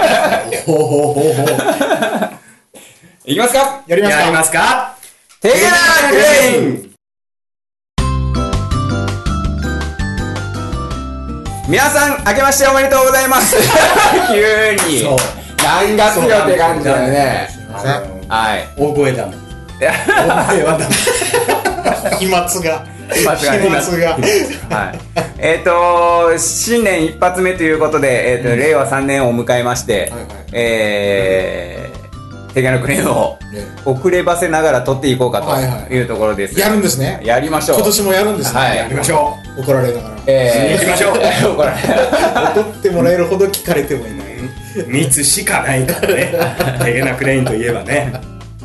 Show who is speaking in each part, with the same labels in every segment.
Speaker 1: ほうほうほうほう。
Speaker 2: いきますか
Speaker 1: やりますか
Speaker 3: やりますか
Speaker 2: テゲラクレイン皆さん、明けましておめでとうございます 急に。
Speaker 1: そう。
Speaker 2: 何月よって感じだよね。
Speaker 1: あの
Speaker 2: はい。
Speaker 1: 大声だもん。大声はだ もん。飛沫が。
Speaker 2: 飛沫が
Speaker 1: が。
Speaker 2: はい。えっ、と、新年一発目ということで、えっ、と、令和3年を迎えまして、
Speaker 1: はいはい
Speaker 2: えー、テゲラクレインを
Speaker 1: ね
Speaker 2: 遅ればせながら撮っていこうか
Speaker 1: はいは
Speaker 2: と
Speaker 1: い
Speaker 2: いうところです。
Speaker 1: やるんですね。
Speaker 2: やりましょう。
Speaker 1: 今年もやるんですね。
Speaker 2: はい
Speaker 1: やりまし
Speaker 3: ょ
Speaker 1: ょう。怒られながら。
Speaker 2: えー、行きましょう。これ。
Speaker 1: 怒ってもらえるほど聞かれてもいない。
Speaker 3: う密しかないからねテゲナクレインといえばね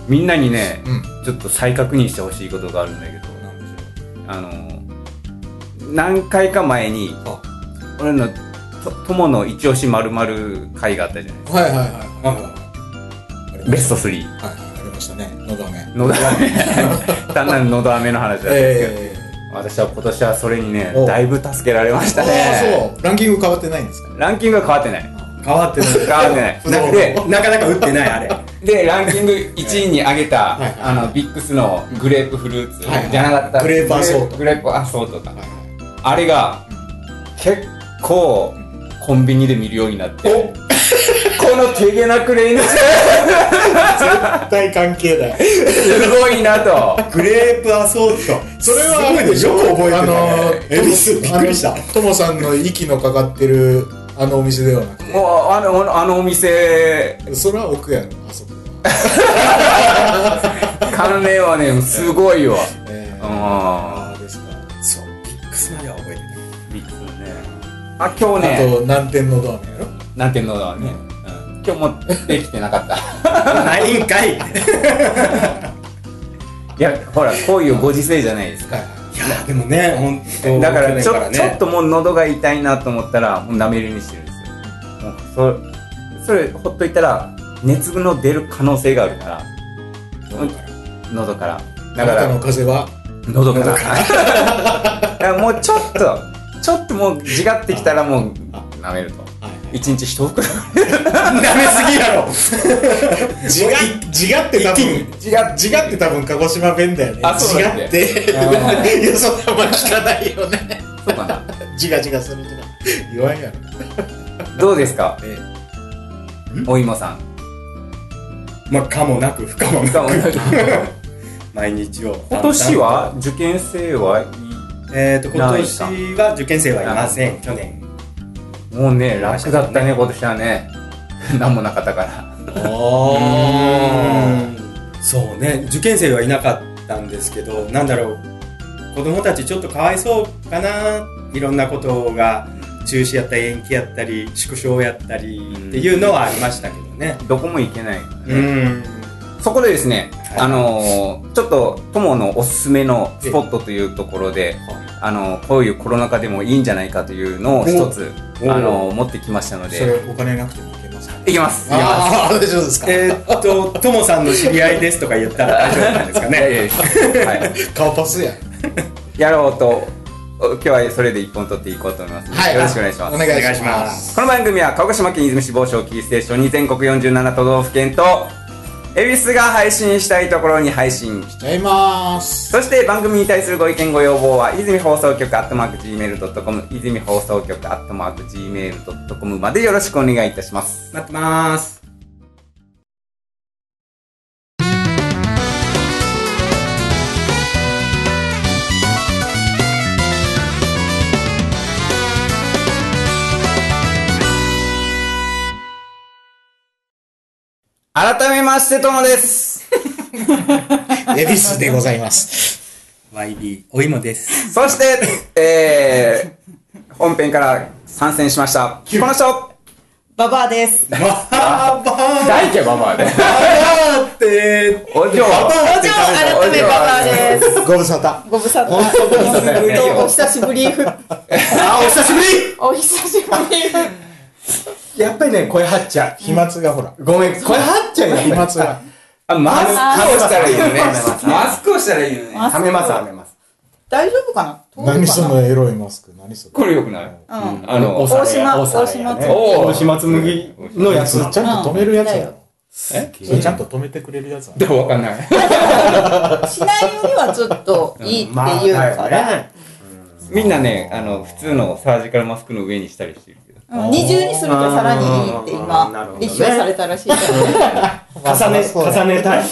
Speaker 2: みんなにね、
Speaker 1: うん
Speaker 2: ちょっと再確認してほしいことがあるんだけど、あの、何回か前に、俺のと友の一押しまるまる会があったじゃない
Speaker 1: はいはいはいはい。
Speaker 2: ベスト3。
Speaker 1: はいはい、ありましたね。のどめ。
Speaker 2: のど 飴。単なるのど飴の話だ ったんですけど、
Speaker 1: え
Speaker 2: 私は今年はそれにね、
Speaker 1: お
Speaker 2: だいぶ助けられまし
Speaker 1: え。
Speaker 2: たね。
Speaker 1: ああ、そう。ランキング変わってないんですか
Speaker 2: ランキングは変わってない。
Speaker 3: 変わってない
Speaker 2: 変わ ってな。
Speaker 3: ないん
Speaker 2: で
Speaker 3: で、なかなか打ってないあれ
Speaker 2: で、ランキング1位に上げた、
Speaker 1: はい
Speaker 2: あの、ビックスのグレープフルーツ
Speaker 1: はい
Speaker 2: じゃなかった。
Speaker 1: グレープアソート
Speaker 2: グレープアソートか。
Speaker 1: はいはい。
Speaker 2: あれが、結構、コンビニで見るようになって、この手げなくれいのす
Speaker 1: 絶対関係だよ。
Speaker 2: ごいなと。
Speaker 3: グレープアソート
Speaker 1: それは
Speaker 3: すごいねよく覚えてた
Speaker 1: あの
Speaker 3: ね恵比寿びっくりした
Speaker 1: あのともさんの息のかかってるあのお店ではなく
Speaker 2: もう、あの、あのあのお店、
Speaker 1: てそれは奥やろあそこは、
Speaker 2: 関連はね、すごいよ。
Speaker 1: え
Speaker 2: うん
Speaker 1: ー、。ああですか
Speaker 3: そうビックスまでは覚えて
Speaker 2: ビックスね。あ、今日
Speaker 1: あ
Speaker 2: ね、
Speaker 1: と南天のドアのやろ
Speaker 2: なんていうのだろうね。うん今日持ってきてなかった。
Speaker 3: ないないんかいい
Speaker 2: いや、ほら、こういうご時世じゃないですか。
Speaker 1: はいは
Speaker 3: やでもね本
Speaker 2: だ
Speaker 3: 当
Speaker 2: からちょ
Speaker 3: 去年
Speaker 2: ちょっ
Speaker 3: ね
Speaker 2: ともう喉が痛いなと思ったらもう舐めるようにしてるんですよもうそそれほっといたら熱の出る可能性があるから
Speaker 1: いどうかな
Speaker 2: 喉からだ
Speaker 1: あ
Speaker 2: か
Speaker 1: なたの
Speaker 2: ら
Speaker 1: 風は
Speaker 2: 喉から だからもうちょっとちょっともうじがってきたらもう舐めると
Speaker 1: はいはい
Speaker 2: 一日一袋
Speaker 3: ダメすぎや ろ
Speaker 1: 自我自我って多分
Speaker 2: じが
Speaker 1: 自我って多分鹿児島弁だよね
Speaker 2: あそうなんだ
Speaker 1: 自我って いやそんなあんま聞かないよね
Speaker 2: そうかな
Speaker 1: 自我自我するとか言わんやろ
Speaker 2: どうですか
Speaker 1: え
Speaker 2: お芋さん
Speaker 3: まあ可もなく不可もな
Speaker 2: しかも
Speaker 3: く
Speaker 2: なんか
Speaker 3: 毎日を
Speaker 2: 今年は受験生はいい
Speaker 3: えー、と今
Speaker 2: ない
Speaker 3: 年
Speaker 2: さ
Speaker 3: は受験生はいません去年
Speaker 2: もうね楽だったね今年はね 何もなかったから
Speaker 1: あ
Speaker 3: そうね受験生はいなかったんですけどなんだろう子供たちちょっとかわいそうかないろんなことが中止やったり延期やったり縮小やったりっていうのはありましたけどね
Speaker 2: どこも行けないからね
Speaker 3: うん
Speaker 2: そこでですね、
Speaker 3: はい
Speaker 2: あのーちょっと友のおすすめのスポットというところで、あのーこういうコロナ禍でもいいんじゃないかというのを一つ、あ
Speaker 3: おお
Speaker 2: のー持ってきましたの
Speaker 1: ーそれ
Speaker 2: で、
Speaker 1: お金なくてもいけますか
Speaker 2: いきます。いきま
Speaker 1: ああ大丈夫ですか
Speaker 3: えーっとともさんの知り合いですとか言ったら大丈夫なんですか
Speaker 2: す。い やいや
Speaker 3: ね
Speaker 2: いやはい、
Speaker 1: 顔パスや
Speaker 2: やろうと、お今日はそれで一本取っていこうと思いますので、よろしくお願いします。
Speaker 1: お願い
Speaker 3: お願い
Speaker 1: し
Speaker 3: し
Speaker 1: ま
Speaker 3: ますす
Speaker 2: この番組は鹿児島県出水市防潮キーステーションに全国47都道府県と、恵比寿が配信したいところに配信
Speaker 1: しちゃいます。
Speaker 2: そして番組に対するご意見ご要望は、泉放送局アットマーク Gmail.com、泉放送局アットマーク Gmail.com までよろしくお願いいたします。
Speaker 3: 待ってます
Speaker 2: 改めまして、ともです。
Speaker 1: エビスでございます。
Speaker 3: YB お芋です
Speaker 2: そして、えー、本編から参戦しました。この人
Speaker 4: ババアです。
Speaker 3: バーバー
Speaker 2: 大家ママで。
Speaker 3: バーって
Speaker 2: お嬢
Speaker 4: お嬢改めババアです。
Speaker 1: ご無沙汰。
Speaker 4: ご無沙汰。どうもお久しぶり。
Speaker 3: あお久しぶり
Speaker 4: お久しぶり。
Speaker 5: やっぱりね、声張っちゃ
Speaker 1: 飛沫がほら、
Speaker 5: う。ごめん、声張っちゃうよ。
Speaker 1: 飛沫が。
Speaker 2: あ、マスクをしたらいいよね。マスクをしたらいいよね。
Speaker 5: はめます、はめます。
Speaker 4: 大丈夫かな遠いかな
Speaker 1: 何そのエロいマスク何それ
Speaker 2: これ良くない
Speaker 4: うん。
Speaker 2: あの、
Speaker 1: お
Speaker 4: 大島、大島
Speaker 1: 大
Speaker 4: つ
Speaker 2: お
Speaker 1: 大島紬のやつ
Speaker 2: うん
Speaker 1: ちゃんと止めるやつや
Speaker 4: うん
Speaker 1: ろ
Speaker 2: え
Speaker 1: それちゃんと止めてくれるやつや
Speaker 2: で
Speaker 1: ろ
Speaker 2: もわかんない。
Speaker 4: しないよりはちょっといいっていうから。
Speaker 1: ね
Speaker 2: みんなね、あの、普通のサージカルマスクの上にしたりしてるけど。
Speaker 4: うん二重にするとさらにいいって
Speaker 6: うんなるほど、
Speaker 4: 今
Speaker 6: ね
Speaker 4: 立証されたらしいから。
Speaker 1: 重ね重ねたい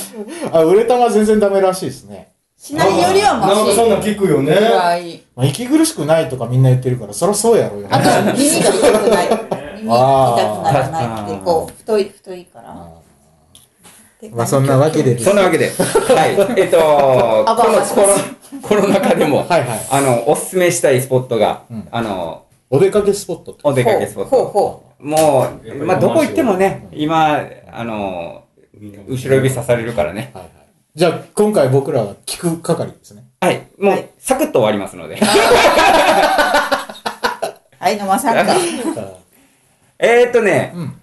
Speaker 1: あウレタンは全然ダメらしいですね
Speaker 4: しないよりは
Speaker 6: なんか
Speaker 4: マシ
Speaker 6: そんなん聞くよね
Speaker 4: ぐ。らい。
Speaker 1: まあ息苦しくないとかみんな言ってるからそりゃそうやろよね
Speaker 4: あと、耳が痛くない。耳が痛くならないっていう、こう、太い、太いから。
Speaker 1: まあそんなわけで
Speaker 2: そんなわけで、はい。えっと、
Speaker 4: あばあさん
Speaker 2: このコロコロナ禍でも、
Speaker 1: はいはい
Speaker 2: あの、おすすめしたいスポットが、
Speaker 1: うん
Speaker 2: あの、
Speaker 1: お出かけスポットって
Speaker 2: お出かけスポッ
Speaker 4: ほう
Speaker 2: ト。
Speaker 4: ほ
Speaker 2: も
Speaker 6: やっぱ
Speaker 2: う、
Speaker 6: り
Speaker 2: まあ、どこ行ってもね、今、あの、後ろ指刺されるからね。
Speaker 1: はいはいじゃあ今回僕らは聞く係ですね
Speaker 2: はい。も
Speaker 4: は
Speaker 2: う
Speaker 4: い、
Speaker 2: サクッと終わりますので。
Speaker 4: う。はい、野間さんが。
Speaker 2: えーっとね、
Speaker 1: うん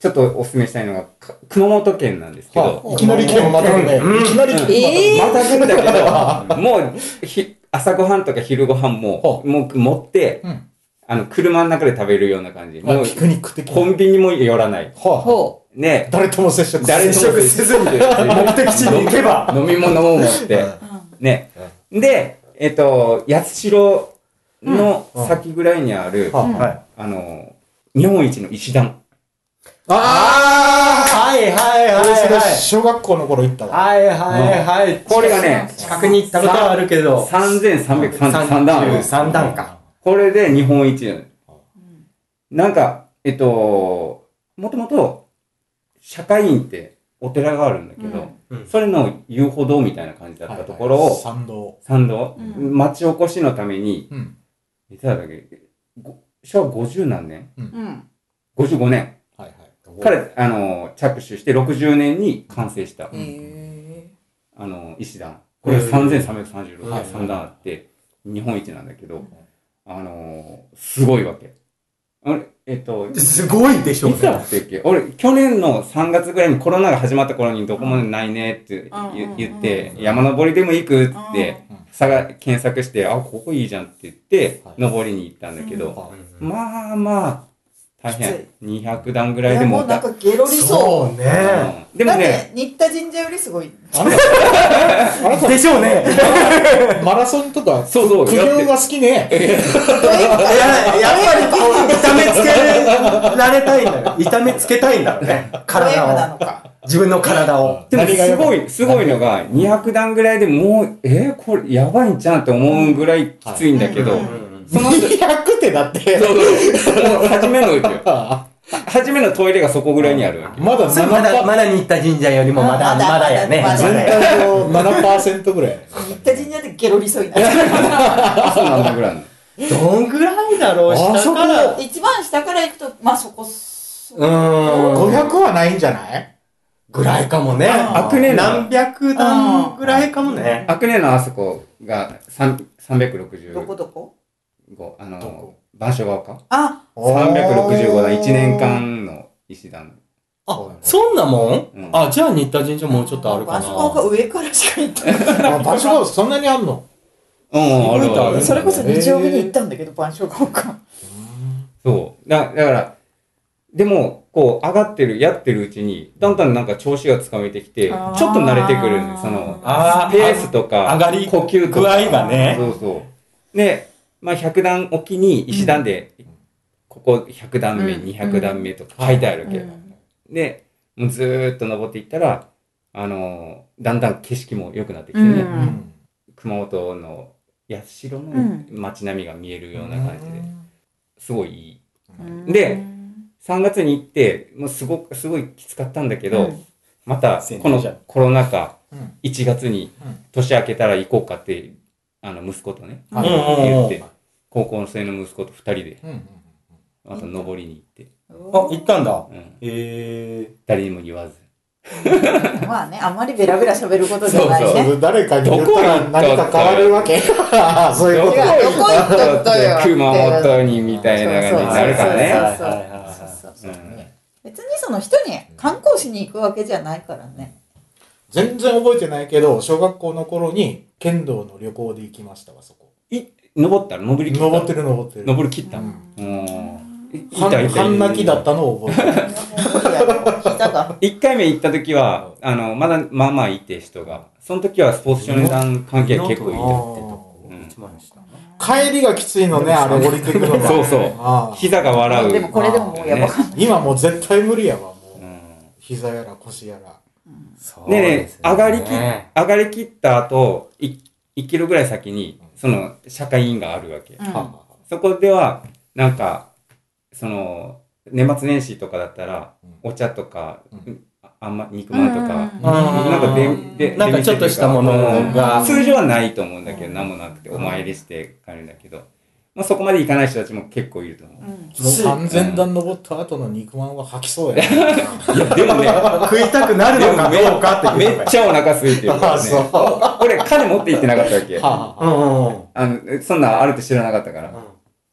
Speaker 2: ちょっとおすすめしたいのが、か熊本県なんですけど、
Speaker 1: いきなり来てもまたねいきなり来て
Speaker 4: ええ
Speaker 2: また来るんだ けど、もう、ひ朝ごはんとか昼ごはんも
Speaker 1: ほ、
Speaker 2: もう持って、
Speaker 1: うん
Speaker 2: あの、車の中で食べるような感じ。
Speaker 1: ま
Speaker 2: も
Speaker 1: あ
Speaker 2: う、
Speaker 1: ピクニック的
Speaker 2: コンビニも寄らない。
Speaker 1: はあ
Speaker 4: ほ
Speaker 2: ね、
Speaker 1: 誰とも接触
Speaker 2: 誰とも接
Speaker 1: ず
Speaker 2: ずにです ね
Speaker 1: 目的地に行け ば
Speaker 2: 飲み物も持って、 ね。で、えっと、八代の先ぐらいにある、
Speaker 1: はあはい
Speaker 2: あの、日本一の石段。
Speaker 1: ああはいはいは
Speaker 6: はいはい
Speaker 1: 小学校の頃行ったわ
Speaker 6: はいはいはい。
Speaker 2: これがね、
Speaker 6: 近くに行ったことはあるけど。
Speaker 2: 3333段ある。
Speaker 6: 三段か。
Speaker 2: これで日本一なのなんか、えっと、もともと、社会院ってお寺があるんだけど、
Speaker 6: うん
Speaker 2: それの遊歩道みたいな感じだったところを、
Speaker 1: 参道
Speaker 2: 参道、
Speaker 4: うん
Speaker 2: 町おこしのために、
Speaker 1: うん
Speaker 2: いつだったっけ、ご昭和50何年
Speaker 4: う。うん。
Speaker 2: ?55 年
Speaker 1: はいはい
Speaker 2: から、あの、着手して60年に完成した、
Speaker 4: え
Speaker 2: あの、石段。これ3336
Speaker 1: はい
Speaker 2: 三段あって、日本一なんだけど、あのー、すごいわけ。あれえっと、
Speaker 6: すごいでしょう
Speaker 2: いつだ
Speaker 6: ね。
Speaker 2: ったっけ俺、去年の3月ぐらいにコロナが始まった頃にどこもないねって
Speaker 4: うんうん
Speaker 2: 言言って、山登りでも行くって
Speaker 1: うん、
Speaker 2: 探検索して、あ、ここいいじゃんって言って
Speaker 1: はい、
Speaker 2: 登りに行ったんだけど、
Speaker 1: はい
Speaker 2: まあまあ、大
Speaker 4: き
Speaker 2: 変。200段ぐ
Speaker 4: え。い
Speaker 2: らい
Speaker 4: や、
Speaker 2: で
Speaker 4: も
Speaker 2: も
Speaker 4: うなんかゲロり
Speaker 6: そ
Speaker 4: そう
Speaker 2: う
Speaker 6: ね。
Speaker 2: ん
Speaker 4: う。
Speaker 2: で
Speaker 4: だ
Speaker 2: も
Speaker 4: って
Speaker 2: ね、、
Speaker 4: 新田神社よりすごい。
Speaker 1: あなた
Speaker 6: でしょうね。
Speaker 1: マラソンとか
Speaker 2: そうそう
Speaker 1: 苦
Speaker 2: やって
Speaker 1: 行が好きね
Speaker 6: いや、やっぱりこう、痛めつけられたいんだよ。痛めつけたいんだろうね。
Speaker 4: 富山
Speaker 6: 体
Speaker 4: なの
Speaker 6: を。
Speaker 4: か。
Speaker 6: 自分の体を。
Speaker 2: でも
Speaker 1: 何が
Speaker 2: す
Speaker 1: やば
Speaker 2: ごい、すごいのが、200段ぐらいでもう、えーこれやばいんちゃうんって思うぐらいきついんだけど、その、そう
Speaker 1: 200ってだって
Speaker 2: そうもう初めのうちよ。
Speaker 1: あ
Speaker 2: 初めのトイレがそこぐらいにあるわけ。
Speaker 1: まだ
Speaker 6: それまだ、
Speaker 1: 7%
Speaker 6: まだ新田神社よりもまだ、
Speaker 4: まだ
Speaker 6: まだやね。
Speaker 4: まだ
Speaker 1: 全
Speaker 6: まだや
Speaker 1: 体の7%ぐらい
Speaker 4: 新田神社でゲロりそうになる。
Speaker 2: そうなんだぐらいの。
Speaker 6: どんぐらいだろう、
Speaker 1: あそ
Speaker 6: 下
Speaker 1: こ
Speaker 6: から。う
Speaker 4: 一番下から行くと、まあそこ、そ
Speaker 6: ーん。
Speaker 1: 500はないんじゃない
Speaker 6: ぐらいかもね。
Speaker 4: あ
Speaker 2: ー悪年だ
Speaker 6: 何百段ぐらいかもね。
Speaker 2: アクネのあそこが3
Speaker 4: どこ
Speaker 2: 365、
Speaker 4: どこ
Speaker 2: あ
Speaker 1: ど
Speaker 2: の
Speaker 1: こ、
Speaker 2: 晩鐘が丘
Speaker 4: あ、
Speaker 2: ?365だ、1年間の石段。
Speaker 1: あ
Speaker 6: そんなもん
Speaker 2: うん
Speaker 6: あ、じゃあ新田神社もうちょっとあるか
Speaker 4: あそこが
Speaker 6: な。
Speaker 4: 上からしか行ってない。
Speaker 1: あ場所がそんなにあんの
Speaker 2: うん、あるある。
Speaker 4: それこそ二丁目に行ったんだけど、晩鐘が丘。
Speaker 2: そう。だだから、でも、こう、上がってる、やってるうちに、だんだんなんか調子がつかめてきて、ちょ
Speaker 4: あー
Speaker 2: っと慣れてくるんです、その、
Speaker 6: あー
Speaker 2: ペースとか、
Speaker 6: 上がり
Speaker 2: 呼吸と
Speaker 6: 具
Speaker 2: か。
Speaker 6: 合がね。
Speaker 2: そうそう。で、まあ、100段おきに、石段で、ここ100段目、
Speaker 4: うん
Speaker 2: 200段目とか書いてあるわけ。
Speaker 4: うん
Speaker 2: で、もうずーっと登っていったら、あのーだんだん景色も良くなってき
Speaker 4: う
Speaker 2: てね、
Speaker 4: ん。
Speaker 2: 熊本の八代の
Speaker 4: うん
Speaker 2: 街並みが見えるような感じで、すごいいい。
Speaker 4: うん
Speaker 2: で、3月に行って、もうすごく、すごいきつかったんだけど、
Speaker 4: うん
Speaker 2: また、
Speaker 6: 宣
Speaker 2: こ
Speaker 6: 伝
Speaker 2: の
Speaker 6: じゃん
Speaker 2: コロナ禍、
Speaker 1: うん
Speaker 2: 1月に
Speaker 1: うん
Speaker 2: 年明けたら行こうかって、あの、息子とね、
Speaker 1: うん
Speaker 2: 言っ
Speaker 6: あ、
Speaker 2: て、高校生の息子と2人で、
Speaker 1: うんうん
Speaker 2: また登りに行って、
Speaker 6: 行ったんだ。
Speaker 2: うん、
Speaker 6: え
Speaker 2: 誰にも言わず。
Speaker 4: まあね、あんまりベラベラ喋ることじゃない
Speaker 2: そう
Speaker 1: そ
Speaker 4: ね。
Speaker 1: れ誰かに言ったら何か変わるわけそういうこ
Speaker 4: 違
Speaker 1: と
Speaker 4: うどこ行ったったよ
Speaker 2: 熊本にみたいな感じ
Speaker 6: ー。
Speaker 2: になるから
Speaker 4: そう
Speaker 2: ね。
Speaker 4: そう
Speaker 6: はいはいはいはい
Speaker 4: そうそうそう別にその人に観光しに行くわけじゃないからね。
Speaker 1: 全然覚えてないけど、小学校の頃に剣道の旅行で行きましたわ、そこ。
Speaker 2: い、登ったの登り切った
Speaker 1: 登ってる登ってる。。
Speaker 2: 登り切ったのうん
Speaker 1: 半泣きだったのを 覚えてる。
Speaker 2: 1回目行った時は、あの、まだ、まあまあいて人が。その時はスポーツ少年団関係結構いたってと。
Speaker 1: 帰りがきついのね、あれ降りてくるの。
Speaker 2: そうそう。膝が笑う。
Speaker 4: でもこれでももうやばかった。
Speaker 1: 今もう絶対無理やわ、もう。膝やら腰やら。
Speaker 2: でね、上がりき、上がりきった後、1キロぐらい先に、その、社会委員があるわけ。そこでは、なんか、その、年末年始とかだったら、お茶とか、あんま、肉まんとか、なんか
Speaker 3: で、で、なんかちょっとしたものが。
Speaker 2: 通常はないと思うんだけど、なんもなくて、お参りして帰るんだけど、まあそこまで行かない人たちも結構いると思う。
Speaker 1: 三千段登った後の肉まんは吐きそうや
Speaker 2: いや、でもね、
Speaker 1: 食いたくなるの かどうかって
Speaker 2: めっちゃお腹空いてる。俺、金持って行ってなかったわ け。あの、そんなあるって知らなかったから、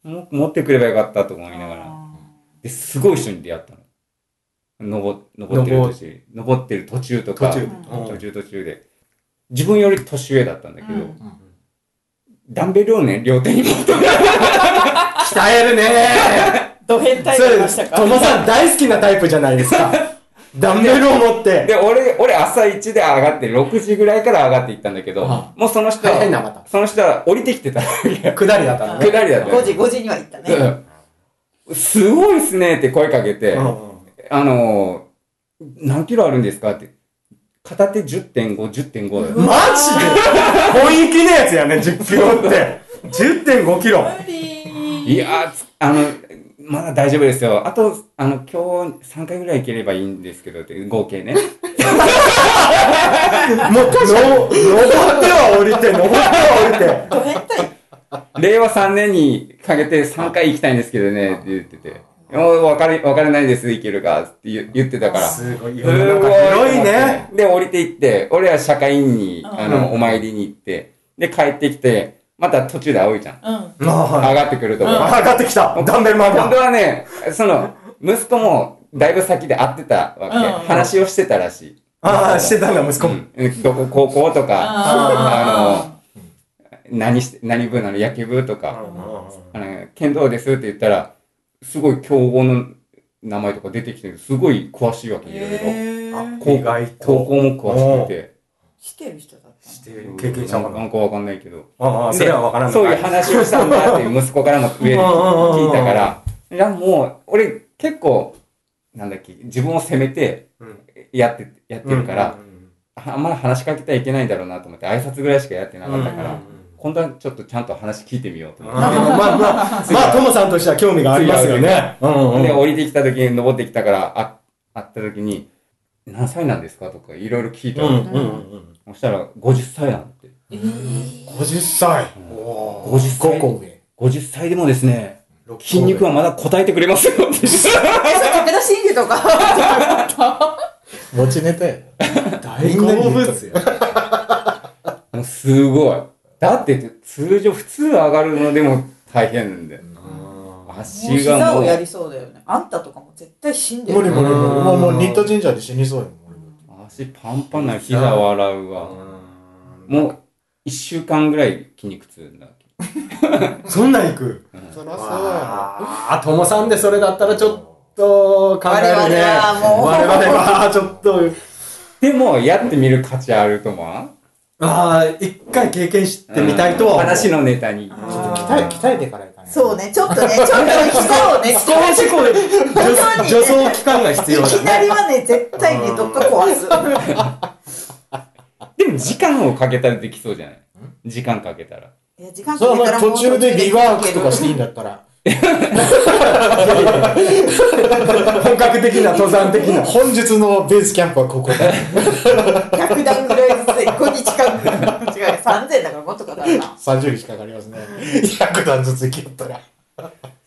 Speaker 2: 持ってくればよかったと思いながら。すごい人に出会ったの。登登ってる途中、登ってる途中とか、途中途中で。自分より年上だったんだけど、ダンベルをね、両手に持って。鍛
Speaker 3: えるね
Speaker 4: ド変態でましたか
Speaker 3: トモさん大好きなタイプじゃないです か。ダンベルを持って。
Speaker 2: で、俺、俺朝1で上がって、6時ぐらいから上がっていったんだけど、もうその人は、その人は降りてきてた。
Speaker 3: 下りだった
Speaker 2: ね。下りだった。
Speaker 4: 5時、5時には行ったね。
Speaker 2: すごいっすねって声かけて、あの、何キロあるんですかって。片手10.5、10.5だよ。
Speaker 3: マジで本域のやつやね、10キロって。10.5キロ。
Speaker 2: いやあの、まだ大丈夫ですよ。あと、あの、今日3回ぐらい行ければいいんですけど、合計ね。もう、
Speaker 3: 登っては降りて、登っては
Speaker 4: 降りて。
Speaker 2: 令和3年にかけて3回行きたいんですけどね、って言ってて。もう分かれ、分かれないです、いけるか、って言ってたから。
Speaker 3: すごい、世の中広いね。
Speaker 2: で、降りていって、俺は社会員に、あの、お参りに行って、で、帰ってきて、また途中で青いじゃん。うん。上がってくるとこ。上
Speaker 3: がってきたダンベルマン
Speaker 2: が。本当はね、その、息子も、だいぶ先で会ってたわけ。話をしてたらしい。
Speaker 3: ああ、してたんだ、息子も。
Speaker 2: どこ、高校とか、あの、何して、何部なの野球部とか、あの、剣道ですって言ったら、すごい強豪の名前とか出てきてるすごい詳しいわけ、いろいろ。あ、高高校も詳しくて。
Speaker 4: してる人だった
Speaker 3: してる経験者
Speaker 2: かなんかわかんないけど。
Speaker 3: ああ、それはわからない。
Speaker 2: そういう話をしたんだっていう息子からも上で聞いたから、いや、もう、俺結構、なんだっけ、自分を責めて、やって、やってるから、あんまり話しかけてはいけないんだろうなと思って、挨拶ぐらいしかやってなかったから、今度はちょっとちゃんと話聞いてみようと思って。ま
Speaker 3: あまあ、まあ、トモさんとしては興味がありますよね。
Speaker 2: で、降りてきた時に、登ってきたから、あ、会った時に、何歳なんですかとか、いろいろ聞いたそしたら、50歳なんて。
Speaker 1: 50歳
Speaker 2: ?50 歳。50歳でもですね、筋肉はまだ答えてくれ ますよ。武
Speaker 4: 田信玄とか。
Speaker 1: 持ちネタや。
Speaker 3: 大好物
Speaker 2: や。すごい。だって通常普通上がるのでも大変なんだよ。足がもう。膝
Speaker 4: をやりそうだよね。あんたとかも絶対死んで
Speaker 1: る。無理無理無理。もうもう新田神社で死にそうよ。
Speaker 2: 足パンパンな膝笑うわ。もう一週間ぐらい筋肉痛になる。
Speaker 3: そんなんいく、
Speaker 1: そらそうや
Speaker 3: あ、ともさんでそれだったらちょっと考えるね。
Speaker 4: 我
Speaker 3: 々はちょっと。
Speaker 2: でもやってみる価値あると思う
Speaker 3: ああ、一回経験してみたいとは、
Speaker 2: 話のネタに。
Speaker 1: ちょっと鍛え、鍛えてからいか
Speaker 4: ない。そうね、ちょっとね、ちょっと膝をね、
Speaker 3: 少しこれ、助走期間が必要だ、
Speaker 4: ね。いきなりはね、絶対ね、どっか壊
Speaker 2: す。でも、時間をかけたらできそうじゃない時間かけたら。
Speaker 4: いや、時間かけたら。
Speaker 1: 途中でリワークとかしていいんだった ら。
Speaker 3: 本格的な登山的な
Speaker 1: 本日のベースキャンプはここだ
Speaker 4: 100段ぐらいずつ1日間ぐらい違う3000だからもっとかかるな
Speaker 1: 30日かかりますね100段ずつ切ったら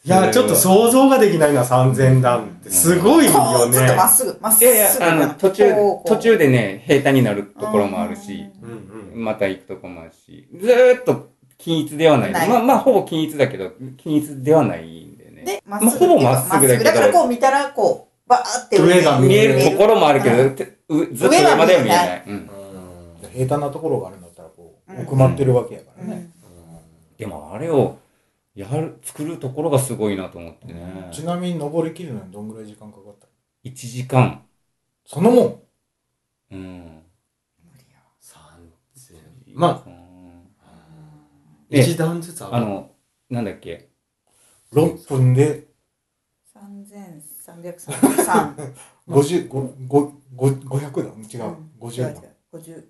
Speaker 3: いやちょっと想像ができないな3000段ってすごいよね
Speaker 4: ちょっとまっすぐまっす
Speaker 2: ぐいやいやあの途中途中でね平坦になるところもあるしまた行くとこもあるしずっと均一ではない。まあ、まあ、ほぼ均一だけど、均一ではないんだよね。
Speaker 4: で、ま
Speaker 2: っすぐ。ほぼまっすぐだけど。
Speaker 4: だからこう見たら、こう、バーって
Speaker 2: 上が見えるところもあるけど、ずっと上までは見えない。
Speaker 1: 平坦なところがあるんだったらこう奥まってるわけやからね、
Speaker 2: でもあれをやる作るところがすごいなと思ってね、
Speaker 1: ちなみに登りきるのにどんぐらい時間かかった
Speaker 2: 1時間
Speaker 1: そのも
Speaker 2: んうん
Speaker 3: まあ、
Speaker 2: で
Speaker 3: 一段ずつ上
Speaker 2: あ
Speaker 3: がる。
Speaker 2: のなんだっけ
Speaker 1: 6分で
Speaker 4: 三千三百三十三。
Speaker 1: 500だ違う50だ
Speaker 4: 五十。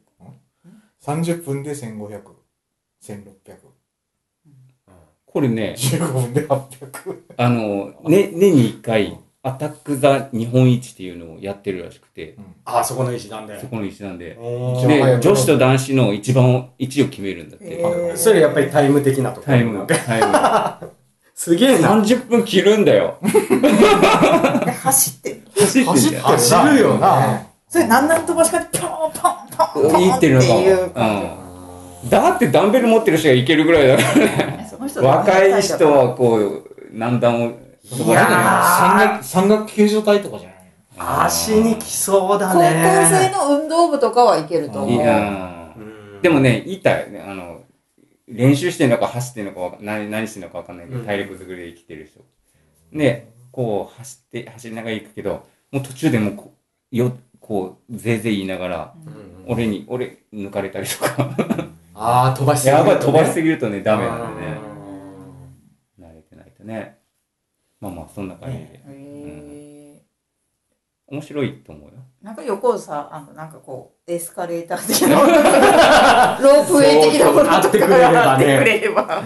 Speaker 1: 30分で15001600
Speaker 2: これね
Speaker 1: 15分で800
Speaker 2: あの、ね、年に1回、アタック・ザ・日本一っていうのをやってるらしくて、
Speaker 3: あ、そこの石段で
Speaker 2: そ。この一なんで、
Speaker 3: おー
Speaker 1: 一番早い
Speaker 2: で、女子と男子の一番を、一を決めるんだって。
Speaker 4: えー
Speaker 3: それやっぱりタイム的なところ。
Speaker 2: タイム、タイ
Speaker 3: すげ え
Speaker 2: ム。
Speaker 3: な。
Speaker 2: 30分切るんだよ。
Speaker 4: で走ってる。
Speaker 2: 走ってん
Speaker 1: 走っ
Speaker 2: だよ。
Speaker 1: て
Speaker 3: 走るよな
Speaker 4: それ何なんとばしかってポンポンポンポン
Speaker 2: いい
Speaker 4: っ
Speaker 2: ってて
Speaker 4: い
Speaker 2: るのか
Speaker 4: う
Speaker 2: も。うん。だってダンベル持ってる人がいけるぐらいだ からね。
Speaker 4: その人
Speaker 2: 若い人はこう、難段を。
Speaker 1: いや山岳救助隊とかじゃない
Speaker 3: 足にきそうだ
Speaker 4: 高校生
Speaker 3: ね。
Speaker 4: の運動部とかはいけると
Speaker 2: い
Speaker 4: 思う。
Speaker 2: や
Speaker 3: うん
Speaker 2: でもね、いたよね、あの、練習してんのか走ってんのかわか何、何してんのかわかんないけど、
Speaker 3: うん
Speaker 2: 体力作りで生きてる人。で、こう走って、走りながら行くけど、もう途中でもうこう、よ、こう、ぜいぜい言いながら、
Speaker 3: うん
Speaker 2: 俺に、俺、抜かれたりとか。
Speaker 3: ああ、飛ばしすぎる
Speaker 2: や
Speaker 3: とね
Speaker 2: ばい、飛ばしすぎるとね、ダメなんでね。
Speaker 3: うん
Speaker 2: 慣れてないとね。まあまあ、そんな感じで。
Speaker 4: へ
Speaker 2: 面白いと思うよ。
Speaker 4: ーなんか横をさ、あの、なんかこう、エスカレータ ー的なものとか、ロープウェイ的なものとか
Speaker 3: そうそうあ
Speaker 4: があ
Speaker 3: っ
Speaker 4: ってて
Speaker 3: く
Speaker 4: く
Speaker 3: れ
Speaker 4: れれば。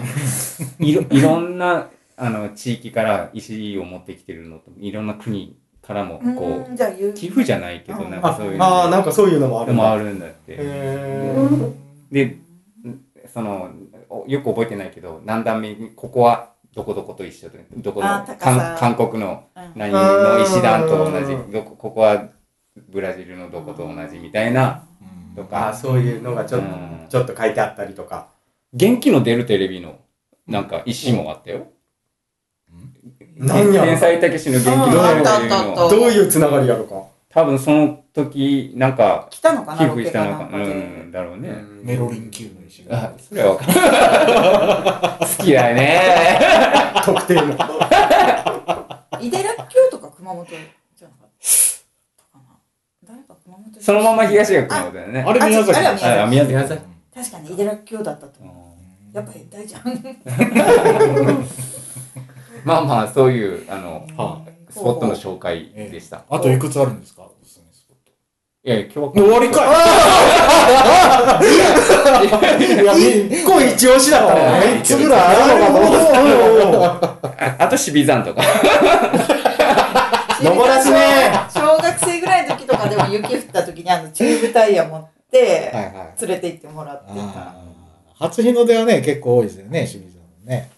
Speaker 2: いろ、いろんな、あの、地域から石を持ってきてるのと、いろんな国からも、こ
Speaker 4: う
Speaker 2: う、
Speaker 4: んじゃあ言う。
Speaker 2: 寄付じゃないけど、
Speaker 4: うん
Speaker 2: なんかそういうの
Speaker 3: ああ、なんかそういうのもあ
Speaker 2: で
Speaker 3: る
Speaker 2: もあ
Speaker 3: な。
Speaker 2: るんだって。
Speaker 1: へ
Speaker 2: で、その、およく覚えてないけど、何段目に、ここはどこどこと一緒で、どこ
Speaker 4: あ
Speaker 2: の
Speaker 4: ー、高
Speaker 2: 韓
Speaker 4: さ
Speaker 2: 韓国の
Speaker 4: うん
Speaker 2: 何の石段と同
Speaker 3: う
Speaker 2: じ、どこ、ここはブラジルのどこと同じみたいな、と
Speaker 3: ああ、
Speaker 2: か、
Speaker 3: そういうのがちょっと
Speaker 2: うん
Speaker 3: ちょっと書いてあったりとか。
Speaker 2: 元気の出るテレビの、なんか石もあったよ。
Speaker 3: なんや
Speaker 2: 天才たけしの元気の出るテレビ
Speaker 4: あーあったあったあ
Speaker 2: の
Speaker 4: っ、
Speaker 3: どういうつながりやろか。
Speaker 2: 多分その時、なんか、
Speaker 4: 来たのかな
Speaker 2: 寄付したの
Speaker 4: ロ
Speaker 2: か
Speaker 4: ケ
Speaker 2: な、うん、だろうね。
Speaker 1: メロリン級の石
Speaker 2: あ、それはわかんない。 好きだよね。
Speaker 3: 特定の。
Speaker 4: イデラッキョウとか熊本じゃなかったかな誰か熊本出身
Speaker 2: そのまま東が来るのだよね。
Speaker 1: あれ
Speaker 4: あ
Speaker 1: 宮崎
Speaker 4: あれは
Speaker 2: あ
Speaker 4: 宮崎
Speaker 2: 宮崎。
Speaker 3: 宮崎。
Speaker 4: 確かにイデラッキョウだったと
Speaker 2: う
Speaker 4: 思うんやっぱり大ちゃん
Speaker 2: まあまあ、そういう、あの、
Speaker 1: は
Speaker 2: スポットの紹介でした。
Speaker 1: あといくつあるんですかおすすめスポット
Speaker 2: いやいや、今日
Speaker 1: 終わりかいいやみ
Speaker 3: 一個一押しだったね。
Speaker 1: いつぐらいあるのかと思っ
Speaker 2: ああと、シビザンとか。
Speaker 3: 登らすね
Speaker 4: 小学生ぐらいの時とかでも雪降った時にあのチューブタイヤ持って
Speaker 1: はいはい
Speaker 4: 連れて行ってもらってた
Speaker 1: 初日の出はね結構多いですよね清水さんもね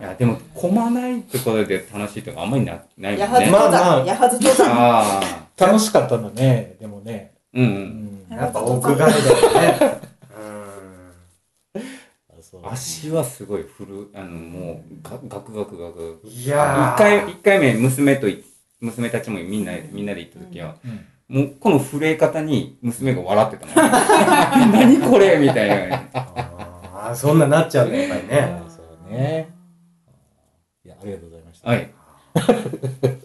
Speaker 2: いや、でも、混まないってことで楽しいとかあんまりなないもんね。
Speaker 4: 八幡
Speaker 3: ま
Speaker 4: 登
Speaker 3: あまあ
Speaker 4: 山八幡登山
Speaker 2: ああ。
Speaker 1: 楽しかったんだねでもね
Speaker 2: うんう。
Speaker 1: うんん
Speaker 3: やっぱ奥があるだよね。う
Speaker 1: あ
Speaker 3: ん
Speaker 1: そう
Speaker 2: 足はすごい振る、あの、もう、ガガクガクガク。
Speaker 3: い
Speaker 2: 一
Speaker 3: やー
Speaker 2: 回、一回目、娘とい、娘たちもみんな、みんなで行った時は、
Speaker 1: うん
Speaker 2: もう、この震え方に娘が笑ってたの。 何これみたいな。
Speaker 3: あーそんななっちゃうんだやっぱりね。
Speaker 1: あそうねいやありがとうございました
Speaker 2: はい。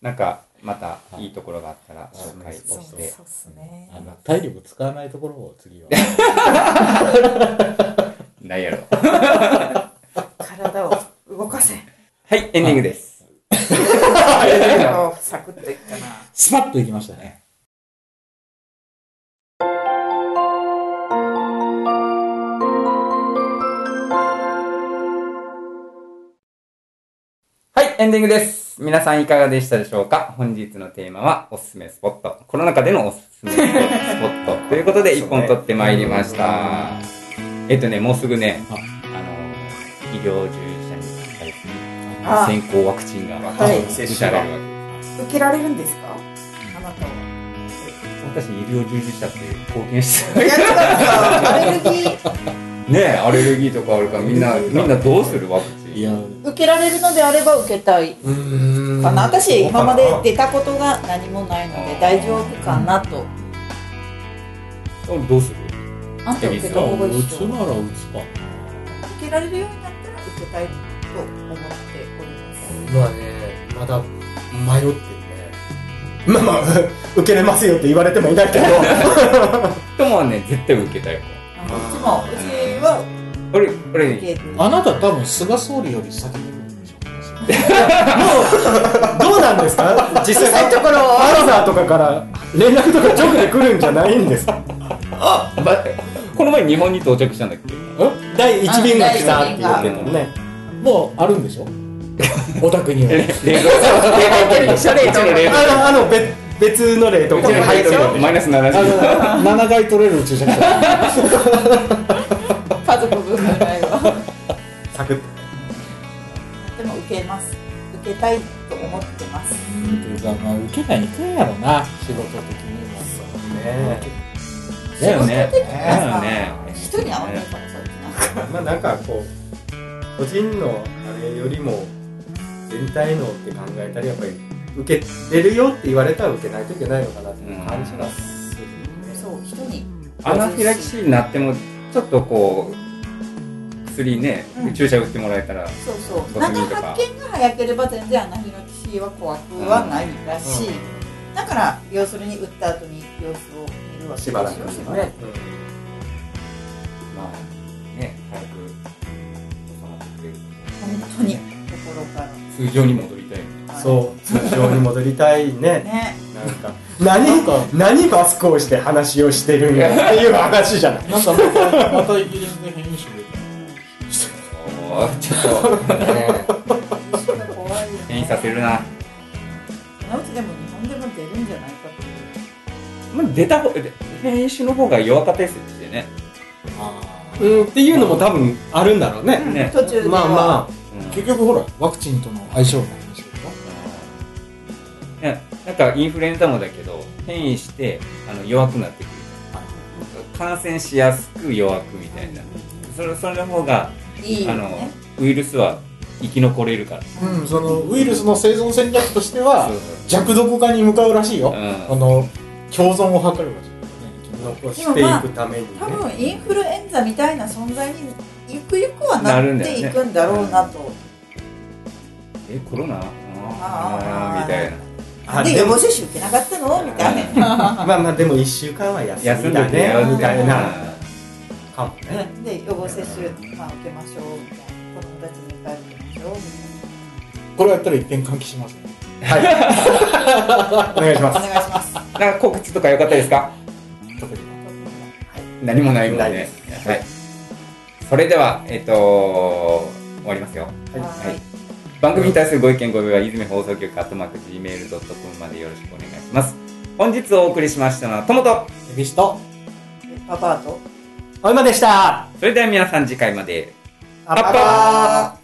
Speaker 2: なんか、また、いいところがあったら、紹介
Speaker 4: そう
Speaker 2: を
Speaker 4: そ
Speaker 2: し
Speaker 4: う
Speaker 2: て。
Speaker 4: っすね
Speaker 1: あの体力使わないところを次 は
Speaker 2: ないやろ。
Speaker 4: 体を動かせ
Speaker 2: はい、エンディングです。
Speaker 4: サクッといったな
Speaker 1: スパッといきましたね
Speaker 2: はい、エンディングです。皆さんいかがでしたでしょうか本日のテーマは、おすすめスポット。コロナ禍でのおすすめスポッ ト。ということで、一本撮ってまいりました。えっとね、もうすぐね、あ
Speaker 1: あ
Speaker 2: の、医療従事者に対する
Speaker 4: あ
Speaker 2: 先行ワクチンが、
Speaker 4: はい
Speaker 2: 打たれるわけ
Speaker 4: 受けられるんですかあなたは
Speaker 2: 私、医療従事者って貢献してない
Speaker 4: いや違う違うアレルギー
Speaker 2: ねえアレルギーとかあるからみんなみんなどうするワクチン
Speaker 1: いや
Speaker 4: 受けられるのであれば受けたいかな私今まで出たことが何もないので大丈夫かなと
Speaker 2: 俺どうする
Speaker 4: あんた受けた方がいいっ
Speaker 1: 打
Speaker 4: し
Speaker 1: つ
Speaker 4: ょ
Speaker 1: なら打つか。
Speaker 4: 受けられるようになったら受けたいと思っております
Speaker 3: まあね、まだ迷ってるね。まあまあ、 受けれますよって言われてもいないけど。
Speaker 2: 人もね絶対受けたい
Speaker 4: あのうちもうちは
Speaker 2: 俺
Speaker 4: 受
Speaker 2: 俺
Speaker 4: ける
Speaker 1: あなた多分菅総理より先に来るでしょ。
Speaker 3: どうなんですか実際のところアルザーとかから連絡とか直で来るんじゃないんですか
Speaker 2: この前日本に到着したんだっけ
Speaker 3: 第1便が来たって言ってんのね
Speaker 1: もうあるんで しょ。お宅には。
Speaker 2: 冷蔵庫シャレ一の冷蔵
Speaker 3: あのあの別別の例と
Speaker 2: 庫うち
Speaker 3: か
Speaker 2: の入ってるのマイナス70
Speaker 1: あの7回取れる駐車場。
Speaker 4: 家族分ぐらいは
Speaker 3: サクッと
Speaker 4: でも受けます受けたいと思ってます
Speaker 1: というかまあ受けないにくいやろな仕事的には。
Speaker 3: ね
Speaker 2: だよね
Speaker 4: 的にはさ
Speaker 2: だよね
Speaker 4: 人に合わないからさうちなんか
Speaker 3: まあなんかこう個人のあれよりも全体のって考えたらやっぱり受けれるよって言われたら受けないといけないのかなっていう感じがする
Speaker 4: そう人に
Speaker 2: アナフィラキシーになってもちょっとこう薬ね、
Speaker 4: うん
Speaker 2: 注射打ってもらえたら
Speaker 4: そうそう
Speaker 2: バ
Speaker 4: なん
Speaker 2: スミと
Speaker 4: か
Speaker 2: か
Speaker 4: 発見が早ければ全然アナフィラキシーは怖くはないらしい、だから要するに打った後に様子を見るわけ
Speaker 3: しばらくね
Speaker 4: しばらく
Speaker 2: まあね早く収まってくれる
Speaker 4: 本当に心から
Speaker 2: 通常に戻りたいよね
Speaker 4: は
Speaker 3: う
Speaker 4: い
Speaker 3: んそう通常に戻りたいね
Speaker 4: ね
Speaker 3: なんか何何バスこうして話をしてるんやっていう話じゃない
Speaker 1: なんかまたまたイギリスで変異種がいた。
Speaker 2: おーちょっと ね
Speaker 4: 一緒が怖いよ
Speaker 2: 変異
Speaker 4: ね
Speaker 2: させるな、
Speaker 4: そのうちでも日本でも出るんじゃないかという
Speaker 2: まあ、出た方で変異種の方が弱かったりするしね
Speaker 3: うんっていうのも多分あるんだろうね
Speaker 2: ね
Speaker 4: 途中で
Speaker 3: まあま
Speaker 2: うん
Speaker 1: 結局ほらワクチンとの相性が話でしょ。
Speaker 2: ねなんかインフルエンザもだけど変異してあの弱くなってくる感染しやすく弱くみたいなそれそれの方が
Speaker 4: いいよ
Speaker 2: あ
Speaker 4: ね
Speaker 2: のウイルスは生き残れるから
Speaker 1: うん、そのウイルスの生存戦略としては
Speaker 2: そうそう
Speaker 1: 弱毒化に向かうらしいよ、
Speaker 2: うん
Speaker 1: あの共存を図るらしいよね
Speaker 3: 残していくためにね
Speaker 4: 多分インフルエンザみたいな存在にゆくゆくはな
Speaker 2: なるん
Speaker 4: っ
Speaker 2: だよ
Speaker 4: て
Speaker 2: ね
Speaker 4: いくんだろうなと、
Speaker 2: えコロナあー
Speaker 4: あー
Speaker 2: あーみたいな
Speaker 3: あ
Speaker 4: で
Speaker 3: で
Speaker 4: 予
Speaker 3: も
Speaker 4: 防接種受けなかったのみたいな
Speaker 3: まあまあでも1週間は休
Speaker 2: 休
Speaker 3: み
Speaker 2: ん
Speaker 3: だ
Speaker 2: だね
Speaker 3: ねみ
Speaker 2: み
Speaker 3: た
Speaker 2: た
Speaker 3: い
Speaker 2: い
Speaker 3: な
Speaker 2: な
Speaker 3: かもね
Speaker 4: で予防接種、まあ、受けましょうみたいな子供たちに迎えましょうみ
Speaker 1: これやったら一点換気しますね
Speaker 3: お願いしま
Speaker 4: たい
Speaker 3: す
Speaker 4: なお願いします
Speaker 2: なんか告知とか良かったですか
Speaker 1: 特に
Speaker 2: 何もないもん
Speaker 3: ない
Speaker 2: ねはいそれではえっ、と終わりますよ
Speaker 4: はい
Speaker 2: はい番組に対するご意見ご要望は泉放送局アットマーク Gmail.com までよろしくお願いします本日お送りしましたのはともと
Speaker 1: エビシと
Speaker 4: でパパと
Speaker 3: おいまでした
Speaker 2: それでは皆さん次回まで
Speaker 3: パ
Speaker 2: パ
Speaker 3: パ
Speaker 2: パ
Speaker 4: あー